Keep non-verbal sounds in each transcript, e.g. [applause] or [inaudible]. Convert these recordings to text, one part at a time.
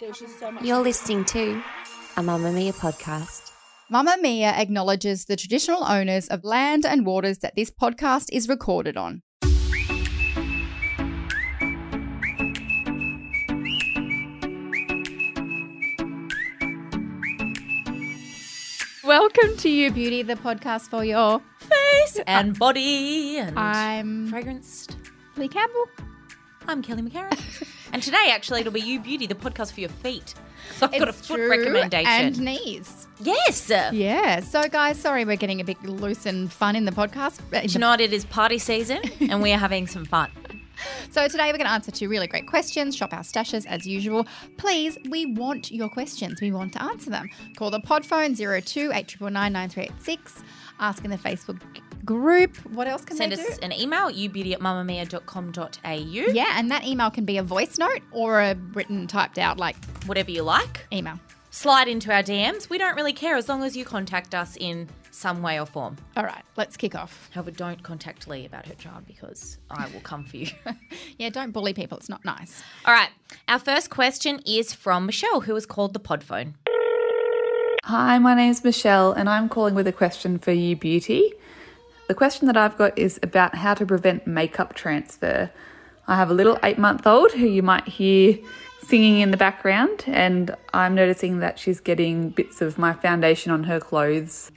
There's just so much. You're listening to a Mamma Mia podcast. Mamma Mia acknowledges the traditional owners of land and waters that this podcast is recorded on. Welcome to You Beauty, the podcast for your. [laughs] and body and I'm fragranced. Lee Campbell. I'm Kelly McCarran. [laughs] and today, actually, it'll be You Beauty, the podcast for your feet. So I've got a It's foot true, recommendation. And knees. yes! Yeah. So, guys, sorry we're getting a bit loose and fun in the podcast. in the Tonight it is party season and we are having [laughs] some fun. So today we're going to answer two really great questions, shop our stashes as usual. Please, we want your questions. We want to answer them. Call the pod phone 02 899 Ask in the Facebook group. What else can Send they us do? an email, youbeauty at mamamia.com.au, Yeah, and that email can be a voice note or a written typed out like whatever you like. email. Slide into our DMs. We don't really care as long as you contact us in some way or form. All right, let's kick off. However, don't contact Lee about her child because I will come for you. [laughs] Yeah, don't bully people. It's not nice. All right. Our first question is from Michelle, who has called the pod phone. Hi, my name's Michelle, and I'm calling with a question for you, beauty. The question that I've got is about how to prevent makeup transfer. I have a little eight month old who you might hear singing in the background, and I'm noticing that she's getting bits of my foundation on her clothes.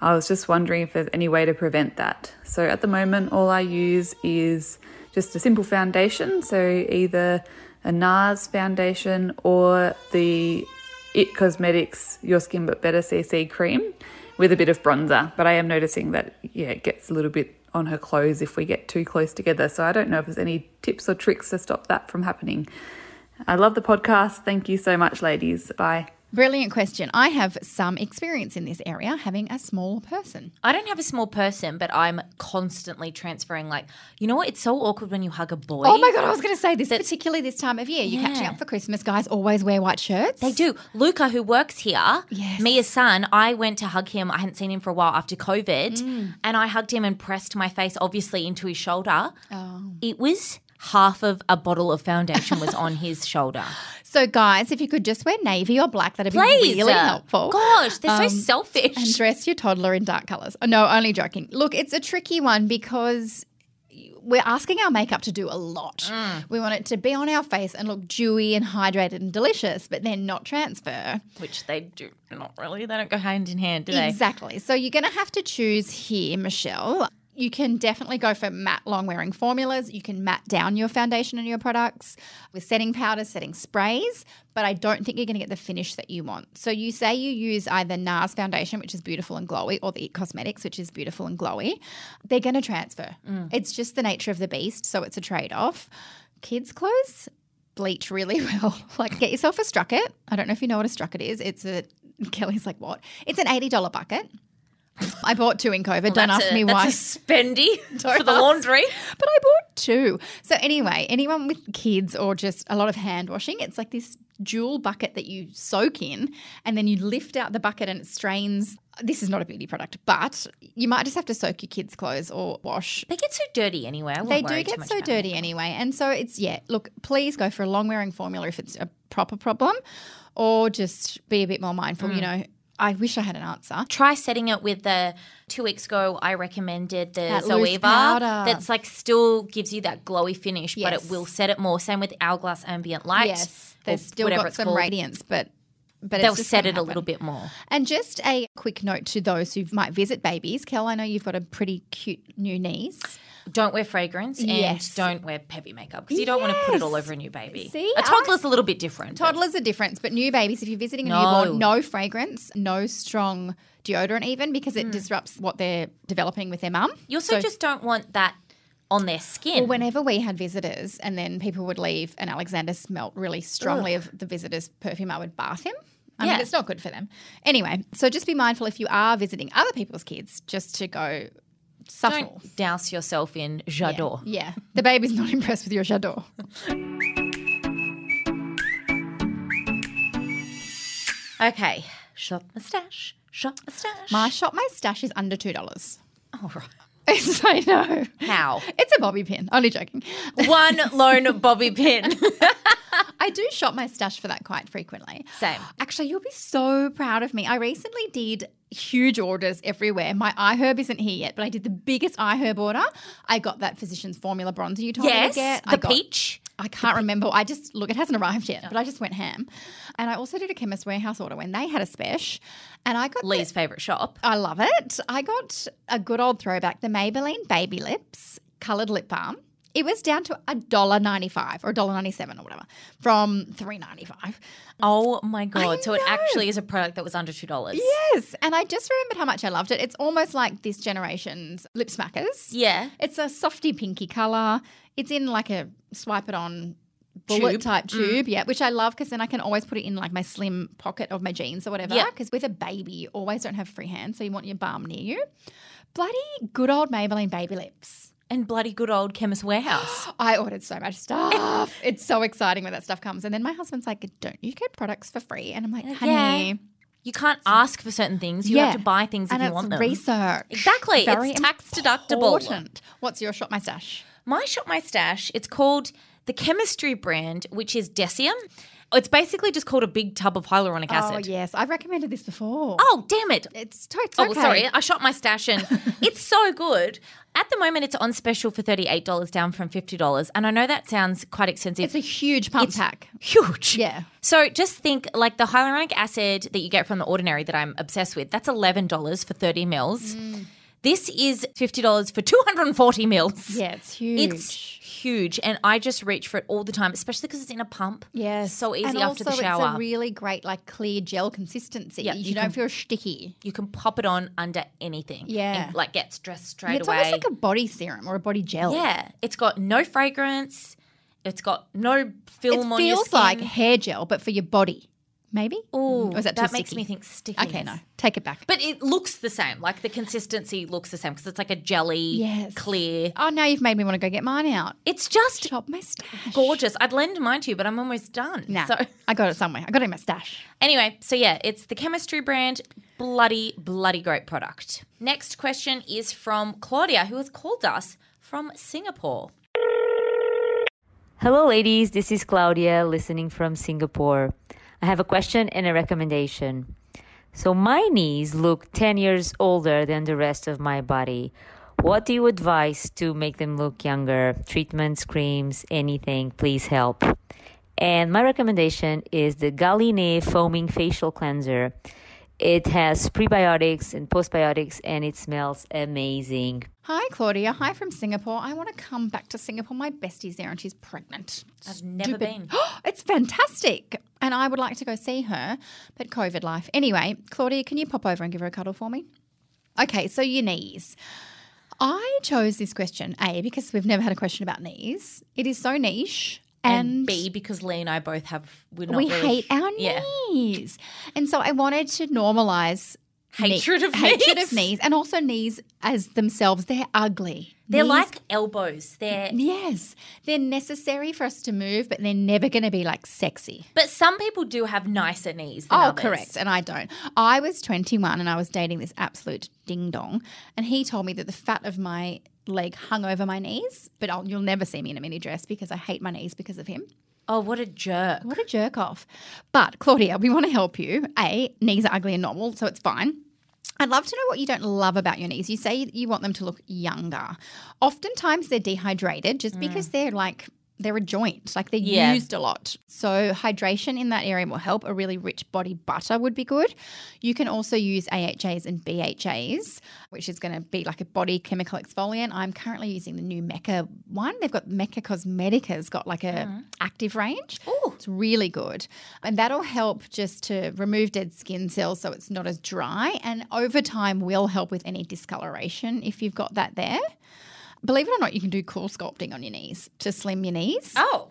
I was just wondering if there's any way to prevent that. So at the moment, all I use is just a simple foundation, so either a NARS foundation or the It Cosmetics Your Skin But Better CC cream with a bit of bronzer. But I am noticing that, yeah, it gets a little bit on her clothes if we get too close together. So I don't know if there's any tips or tricks to stop that from happening. I love the podcast. Thank you so much, ladies. Bye. Brilliant question. I have some experience in this area having a small person. I don't have a small person, but I'm constantly transferring. Like, you know what? It's so awkward when you hug a boy. Oh my god, I was going to say this, particularly this time of year. You're catching Yeah. up for Christmas. Guys always wear white shirts. They do. Luca, who works here, Yes. Mia's son, I went to hug him. I hadn't seen him for a while after COVID. Mm. And I hugged him and pressed my face, obviously, into his shoulder. Oh. It was half of a bottle of foundation was on his [laughs] shoulder. So, guys, if you could just wear navy or black, that'd be Please. [laughs] really helpful. Um, Gosh, they're so And selfish. dress your toddler in dark colors. Oh, No, only joking. Look, it's a tricky one because we're asking our makeup to do a lot. Mm. We want it to be on our face and look dewy and hydrated and delicious, but then not transfer. [laughs] Which they do not really. They don't go hand in hand, do they? Exactly. So you're going to have to choose here, Michelle. You can definitely go for matte long wearing formulas. You can matte down your foundation and your products with setting powders, setting sprays, but I don't think you're going to get the finish that you want. So you say you use either NARS foundation, which is beautiful and glowy, or the It Cosmetics, which is beautiful and glowy. They're going to transfer. It's just the nature of the beast. So it's a trade off. Kids' clothes, bleach really [laughs] well. Like get yourself a strucket. I don't know if you know what a strucket is. It's a [laughs] Kelly's like what? It's an eighty dollar bucket. I bought two in COVID. don't That's ask a- me why. That's a spendy for Don't the ask. laundry. [laughs] but I bought two. So anyway, anyone with kids or just a lot of hand washing, it's like this jewel bucket that you soak in and then you lift out the bucket and it strains. This is not a beauty product, but you might just have to soak your kids' clothes or wash They get so dirty anyway. they I wouldn't do worry too get much so about it. dirty anyway. And so it's, yeah, look, please go for a long wearing formula if it's a proper problem or just be a bit more mindful. Hmm. You know, I wish I had an answer. Try setting it with the two weeks ago I recommended the That loose Zoeva powder. that's like still gives you that glowy finish, but Yes. it will set it more. Same with Hourglass Ambient Light. yes, or they've still whatever got it's some called. radiance, but. But They'll it's just set gonna it a little happen. bit more. And just a quick note to those who might visit babies. Kel, I know you've got a pretty cute new niece. Don't wear fragrance and Yes. don't wear heavy makeup because you don't want to put it all Yes. over a new baby. See, a toddler's a little bit different. but- Toddlers are different, but new babies, if you're visiting a No. newborn, no fragrance, no strong deodorant, even because Hmm. it disrupts what they're developing with their mum. You also just don't want that on their skin. Well, whenever we had visitors and then people would leave and Alexander smelt really strongly of the visitor's perfume, I would bath him. I mean, Yeah. it's not good for them. Anyway, so just be mindful if you are visiting other people's kids, just to go subtle. don't douse yourself in J'adore. Yeah. The baby's not [laughs] impressed with your j'adore. Okay, shop my stash. Shop my stash. My shop, my stash is under $2. All right. [laughs] It's, I know. How? It's a bobby pin. Only joking. One lone bobby pin. I do shop my stash for that quite frequently. Same. Actually, you'll be so proud of me. I recently did huge orders everywhere. My iHerb isn't here yet, but I did the biggest iHerb order. I got that physician's formula bronzer you told me to [laughs] Yes, get. I the got- peach. I can't remember. I just look, it hasn't arrived yet, but I just went ham. And I also did a chemist warehouse order when they had a spesh. And I got the- Lee's favorite shop. I love it. I got a good old throwback, the Maybelline Baby Lips coloured lip balm. It was down to a dollar ninety five or a dollar ninety seven or whatever from three ninety five. Oh my god! So it actually is a product that was under two dollars. Yes, and I just remembered how much I loved it. It's almost like this generation's lip smackers. Yeah. It's a softy pinky color. It's in like a swipe it on bullet Tube. Mm. type tube, yeah, which I love because then I can always put it in like my slim pocket of my jeans or whatever. Yeah. Because with a baby, you always don't have free hands, so you want your balm near you. Bloody good old Maybelline baby lips. And bloody good old chemist warehouse. [gasps] I ordered so much [laughs] stuff. it's so exciting when that stuff comes. And then my husband's like, "Don't you get products for free?" And I'm like, "Honey, You can't ask for certain things. You Yeah. have to buy things if and you it's want them. research. Exactly. Very it's tax deductible. important. What's your shop my stash? My shop, my stash. It's called the chemistry brand, which is Decium. It's basically just called a big tub of hyaluronic acid. Oh yes, I've recommended this before. Oh, damn it. It's totally Oh, sorry. I shot my [laughs] stash and it's so good. At the moment, it's on special for $38, down from $50. And I know that sounds quite expensive. It's a huge pump pack. huge. Yeah. So just think like the hyaluronic acid that you get from the ordinary that I'm obsessed with, that's $11 for 30 mils. Mm. This is $50 for 240 mils. Yeah, it's huge. It's huge. And I just reach for it all the time, especially because it's in a pump. yes, So easy and after the also It's shower. a really great like clear gel consistency. Yeah, you, you don't feel sticky. you can pop it on under anything. Yeah. And, like gets dressed straight It's away. almost like a body serum or a body gel. Yeah, it's got no fragrance. It's got no it film on your feels skin. like hair gel, but for your body, maybe. Ooh, Or is that too that makes sticky? me think sticky. Okay, no, take it back. But it looks the same. Like the consistency looks the same because it's like a jelly, Yes. clear. oh, now you've made me want to go get mine out. It's just Shop my stash. gorgeous. I'd lend mine to you, but I'm almost done. Nah, So I got it somewhere. I got it in my stash. anyway, so yeah, it's the chemistry brand. Bloody, bloody great product. Next question is from Claudia, who has called us from Singapore. Hello, ladies. This is Claudia listening from Singapore. I have a question and a recommendation. So, my knees look 10 years older than the rest of my body. What do you advise to make them look younger? Treatments, creams, anything, please help. And my recommendation is the Galine Foaming Facial Cleanser. It has prebiotics and postbiotics and it smells amazing. Hi, Claudia. Hi from Singapore. I want to come back to Singapore. My bestie's there and she's pregnant. I've never been. [gasps] It's fantastic. And I would like to go see her, but COVID life. Anyway, Claudia, can you pop over and give her a cuddle for me? Okay, so your knees. I chose this question, A, because we've never had a question about knees. It is so niche. And, and B because Lee and I both have we're not we really- hate our yeah. knees. And so I wanted to normalize knee- Hatred of hatred knees. of knees and also knees as themselves. They're ugly. They're Knees- like elbows. They're yes, they're necessary for us to move, but they're never going to be like sexy. but some people do have nicer knees. Than Oh, others. correct. And I don't. I was 21 and I was dating this absolute ding dong. And he told me that the fat of my leg hung over my knees, but I'll, you'll never see me in a mini dress because I hate my knees because of him. Oh, what a jerk! What a jerk off. But Claudia, we want to help you. A, knees are ugly and normal, so it's fine. I'd love to know what you don't love about your knees. You say you want them to look younger. Oftentimes they're dehydrated just because they're like, they're a joint, like they're Yeah. used a lot. So, hydration in that area will help. A really rich body butter would be good. You can also use AHAs and BHAs, which is going to be like a body chemical exfoliant. I'm currently using the new Mecca one. They've got Mecca Cosmetica's got like a active range. Oh, it's really good. And that'll help just to remove dead skin cells so it's not as dry and over time will help with any discoloration if you've got that there. Believe it or not, you can do cool sculpting on your knees to slim your knees. Oh,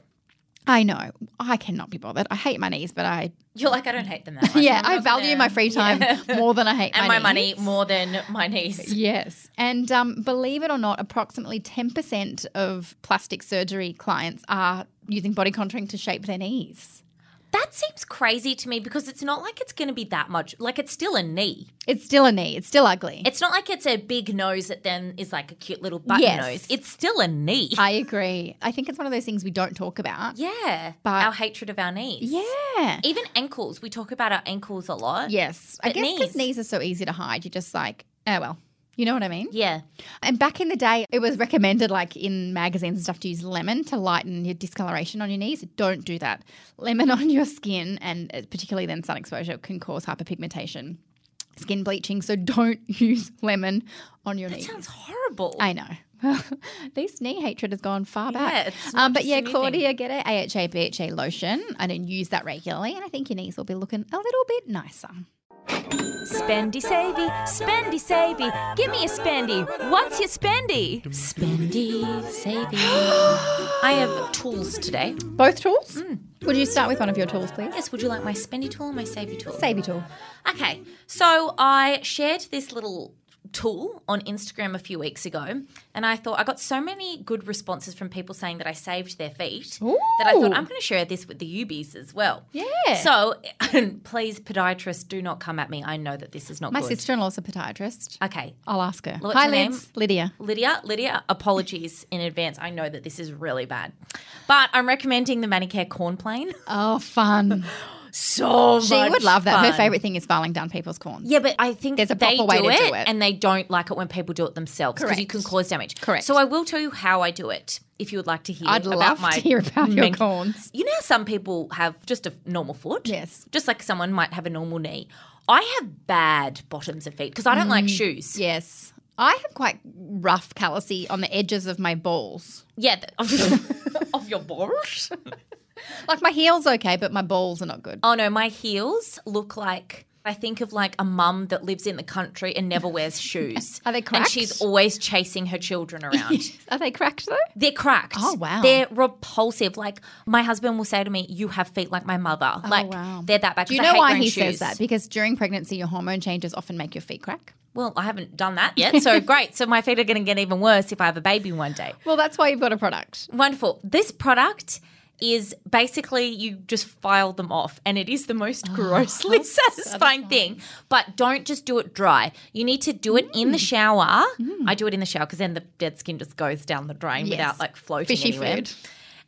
I know. I cannot be bothered. I hate my knees, but I you're like I don't hate them that [laughs] much. yeah, I'm I not value gonna- my free time [laughs] more than I hate and my, my, money knees. more than [laughs] my knees. Yes. And um, believe it or not, approximately 10% of plastic surgery clients are using body contouring to shape their knees. That seems crazy to me because it's not like it's going to be that much. Like it's still a knee. It's still a knee. It's still ugly. It's not like it's a big nose that then is like a cute little button Yes. nose. It's still a knee. I agree. I think it's one of those things we don't talk about. yeah. But- our hatred of our knees. Yeah. Even ankles. We talk about our ankles a lot. Yes. I But guess 'cause knees. knees are so easy to hide. You're just like, oh, well. You know what I mean? Yeah. And back in the day, it was recommended, like in magazines and stuff, to use lemon to lighten your discoloration on your knees. Don't do that. Lemon [laughs] on your skin, and uh, particularly then sun exposure, can cause hyperpigmentation, skin bleaching. So [laughs] don't use lemon on your knees. Sounds horrible. I know. [laughs] These knee hatred has gone far Yeah, back. it's um, but yeah, anything. Claudia, get a AHA BHA lotion and then use that regularly. And I think your knees will be looking a little bit nicer. Spendy savey, spendy savey, give me a spendy. What's your spendy? Spendy, saving. [gasps] I have tools today. Both tools? Mm. Would you start with one of your tools, please? Yes, would you like my spendy tool or my savvy tool? Savey tool. Okay, so I shared this little tool on Instagram a few weeks ago, and I thought I got so many good responses from people saying that I saved their feet that I thought I'm going to share this with the UBs as well. Yeah. So [laughs] please, podiatrists, do not come at me. I know that this is not My good. sister in law's a podiatrist. Okay, I'll ask her. What's Hi, her name? Lids. Lydia. Lydia, Lydia, apologies in advance. I know that this is really bad, but I'm recommending the Manicare Corn Plane. Oh, fun. [laughs] [laughs] So she would love that. Her fun. favorite thing is filing down people's corns. Yeah, but I think There's a they proper way do, to it, do it. and they don't like it when people do it themselves because you Correct. can cause damage. Correct. So I will tell you how I do it if you would like to hear. I'd about love my to hear about your men- corns. You know, how some people have just a normal foot. Yes. Just like someone might have a normal knee. I have bad bottoms of feet because I don't like Mm. shoes. Yes. I have quite rough callousy on the edges of my balls. Yeah. th- [laughs] of your balls. Like my heel's okay, but my balls are not good. Oh no, my heels look like I think of like a mum that lives in the country and [laughs] never wears shoes. Are they And cracked? she's always chasing her children around. [laughs] Are they cracked though? They're cracked. Oh, wow. They're repulsive. Like my husband will say to me, "You have feet like my mother." like Oh, wow. they're that bad. Do you 'cause I know hate why wearing he shoes. says that? Because during pregnancy, your hormone changes often make your feet crack. Well, I haven't done that yet, [laughs] so great. So my feet are going to get even worse if I have a baby one day. Well, that's why you've got a product. Wonderful. This product is basically you just file them off and it is the Oh, most grossly [laughs] satisfying thing but don't just do it dry you need to do it Mm. in the shower i do it in the shower because then the dead skin just goes down the drain without like floating Fishy anywhere food.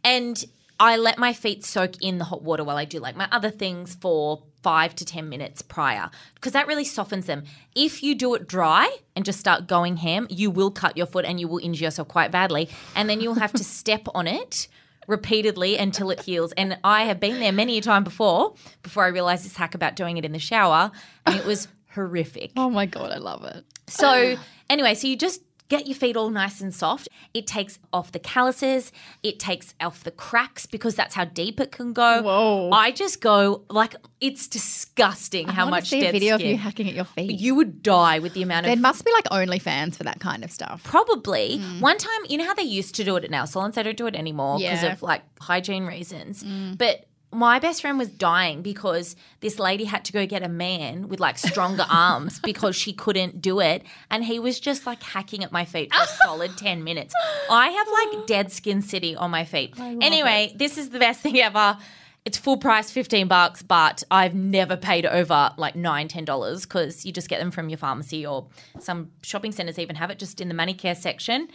and i let my feet soak in the hot water while i do like my other things for five to ten minutes prior because that really softens them if you do it dry and just start going ham you will cut your foot and you will injure yourself quite badly and then you'll have to step on it repeatedly until it heals. And I have been there many a time before, before I realized this hack about doing it in the shower, and it was horrific. Oh my God, I love it. So, anyway, so you just get your feet all nice and soft. It takes off the calluses, it takes off the cracks because that's how deep it can go. Whoa. I just go like it's disgusting how I wanna much see a dead video skin. of you hacking at your feet. You would die with the amount there of must Mm. be like OnlyFans for that kind of stuff. probably one time you know how they used to do it at nail salons they don't do it anymore because Yeah. of like hygiene reasons but my best friend was dying because this lady had to go get a man with like stronger arms because she couldn't do it and he was just like hacking at my feet for a solid 10 minutes i have like dead skin city on my feet anyway this is the best thing ever it's full price 15 bucks but i've never paid over like 9 10 dollars because you just get them from your pharmacy or some shopping centers even have it just in the manicare section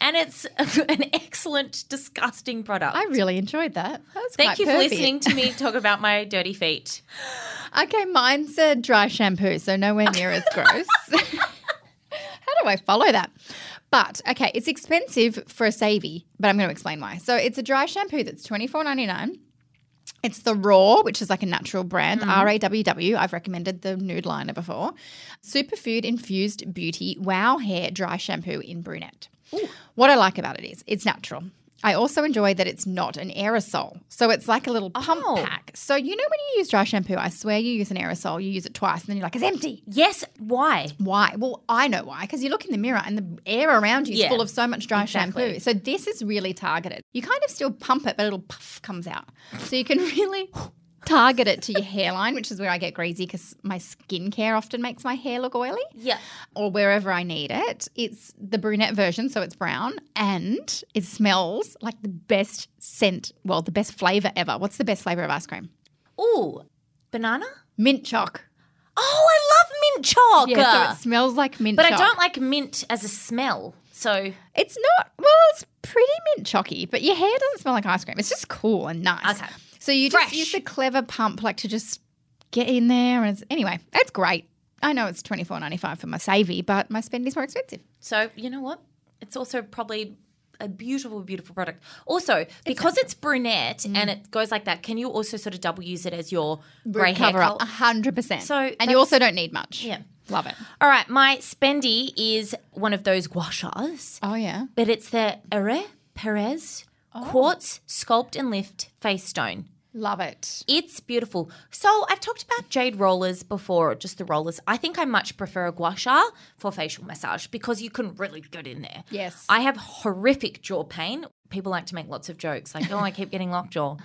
and it's [laughs] an excellent disgusting product I really enjoyed that. That was thank quite you for perfect. listening [laughs] to me talk about my dirty feet Okay, mine's a dry shampoo, so nowhere near as gross. How do I follow that? But okay, it's expensive for a savey, but I'm going to explain why. So it's a dry shampoo that's twenty four ninety nine. It's the Raw, which is like a natural brand, R A W W. I've recommended the nude liner before. Superfood infused beauty wow hair dry shampoo in brunette. What I like about it is it's natural. I also enjoy that it's not an aerosol. So it's like a little pump pack. So you know when you use dry shampoo, I swear you use an aerosol, you use it twice and then you're like, it's empty. yes why Why? Well, I know why. Because you look in the mirror and the air around you is Yeah. full of so much dry Exactly. shampoo. So this is really targeted. You kind of still pump it, but a little puff comes out. So you can [laughs] really target it to your hairline, which is where I get greasy because my skincare often makes my hair look oily yeah or wherever I need it. It's the brunette version, so it's brown and it smells like the best scent, well, the best flavor ever. What's the best flavor of ice cream? Ooh, banana? Mint chalk. Oh, I love mint chalk. Yeah, so it smells like mint but chalk. I don't like mint as a smell. So It's not, well, it's pretty mint chalky, but your hair doesn't smell like ice cream. It's just cool and nice. Okay. So you Fresh. just use the clever pump, like to just get in there. And it's, anyway, that's great. I know it's twenty four ninety five for my savey, but my spend is more expensive. So you know what? It's also probably a beautiful, beautiful product. Also, because it's brunette and Mm. it goes like that, can you also sort of double use it as your grey hair Cover up color? hundred percent. So and that's- you also don't need much. Yeah. love it. All right, my spendy is one of those gua shas, Oh yeah, but it's the Ere Perez Quartz Sculpt and Lift Face Stone. love it. It's beautiful. So I've talked about jade rollers before, just the rollers. I think I much prefer a gua sha for facial massage because you can really get in there. Yes. I have horrific jaw pain. People like to make lots of jokes like, oh, I keep getting locked [laughs] jaw.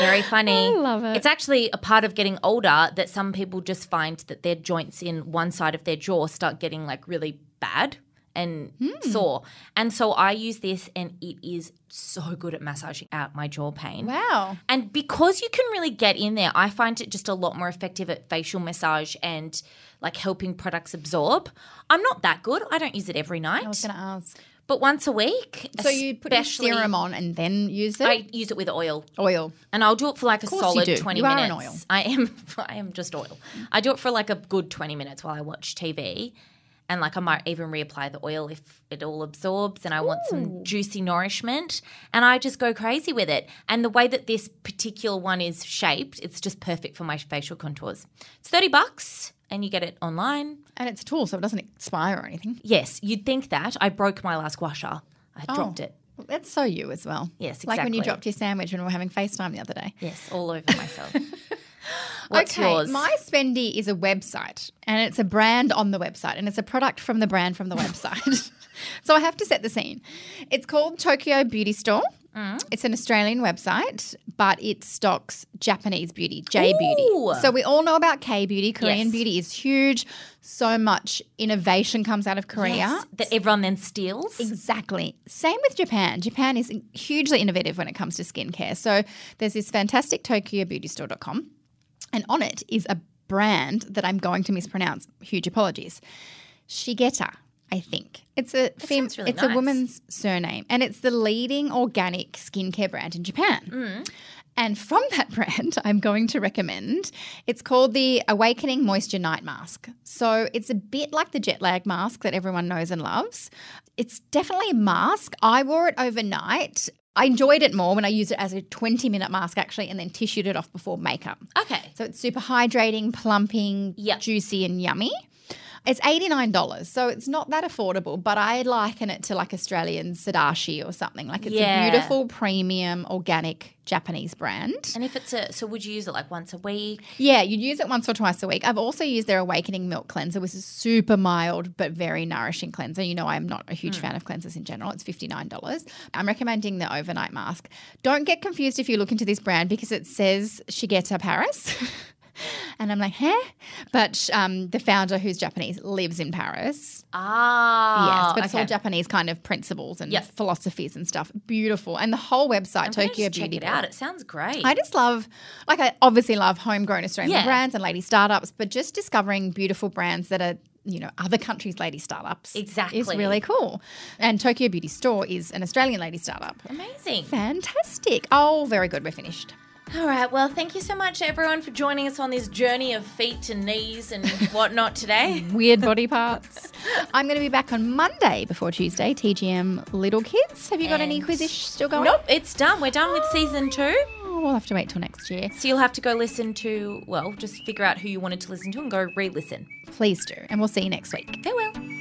Very funny. I love it. It's actually a part of getting older that some people just find that their joints in one side of their jaw start getting like really bad and Hmm. sore. And so I use this and it is so good at massaging out my jaw pain. Wow. And because you can really get in there, I find it just a lot more effective at facial massage and like helping products absorb. I'm not that good. I don't use it every night, I was going to ask. but once a week. So you put your especially- serum on and then use it. I use it with oil, Oil. and I'll do it for like a course solid you do. twenty You are minutes. an oil. I am, [laughs] I am just oil. I do it for like a good twenty minutes while I watch TV, and like I might even reapply the oil if it all absorbs, and I want some juicy nourishment, and I just go crazy with it. And the way that this particular one is shaped, it's just perfect for my facial contours. It's thirty bucks, and you get it online. And it's a tool, so it doesn't expire or anything. Yes, you'd think that. I broke my last guasha. I Oh. dropped it. That's so you as well. Yes, Like when you exactly. dropped your sandwich when we were having FaceTime the other day. Yes, all over [laughs] myself. What's okay, yours? my spendy is a website, and it's a brand on the website, and it's a product from the brand from the website. [laughs] so I have to set the scene. It's called Tokyo Beauty Store. Mm. It's an Australian website, but it stocks Japanese beauty, J Ooh. beauty. So we all know about K beauty. Korean Yes. beauty is huge. So much innovation comes out of Korea. Yes, that everyone then steals. Exactly. Same with Japan. Japan is hugely innovative when it comes to skincare. So there's this fantastic tokyobeautystore.com, and on it is a brand that I'm going to mispronounce. Huge apologies. Shigeta, I think. It's a fem- sounds really it's nice. a woman's surname, and it's the leading organic skincare brand in Japan. Mm. And from [laughs] that brand, I'm going to recommend it's called the Awakening Moisture Night Mask. So it's a bit like the jet lag mask that everyone knows and loves. It's definitely a mask. I wore it overnight. I enjoyed it more when I used it as a 20 minute mask, actually, and then tissued it off before makeup. Okay. So it's super hydrating, plumping, Yep. juicy, and yummy. It's $89, so it's not that affordable, but I liken it to like Australian Sadashi or something. Like it's Yeah. a beautiful, premium, organic Japanese brand. And if it's a, so would you use it like once a week? Yeah, you'd use it once or twice a week. I've also used their Awakening Milk Cleanser, which is super mild but very nourishing cleanser. You know, I'm not a Hmm. huge fan of cleansers in general. It's $59. I'm recommending the overnight mask. Don't get confused if you look into this brand because it says Shigeta Paris. [laughs] and I'm like, huh? But um, the founder, who's Japanese, lives in Paris. Ah, yes, but it's all okay. Japanese kind of principles and Yep. philosophies and stuff. Beautiful. And the whole website, I'm gonna Tokyo just check Beauty. it out. It sounds great. I just love, like, I obviously love homegrown Australian Yeah. brands and lady startups, but just discovering beautiful brands that are, you know, other countries' lady startups is Exactly. really cool. And Tokyo Beauty Store is an Australian lady startup. Amazing. Fantastic. Oh, very good. We're finished. All right. Well, thank you so much, everyone, for joining us on this journey of feet to [laughs] knees and whatnot today. Weird body parts. [laughs] I'm going to be back on Monday before Tuesday, TGM Little Kids. Have you got any And- quizzes still going? nope, it's done. We're done with season two. Oh, we'll have to wait till next year. So you'll have to go listen to, well, just figure out who you wanted to listen to and go re listen. Please do. And we'll see you next week. Farewell.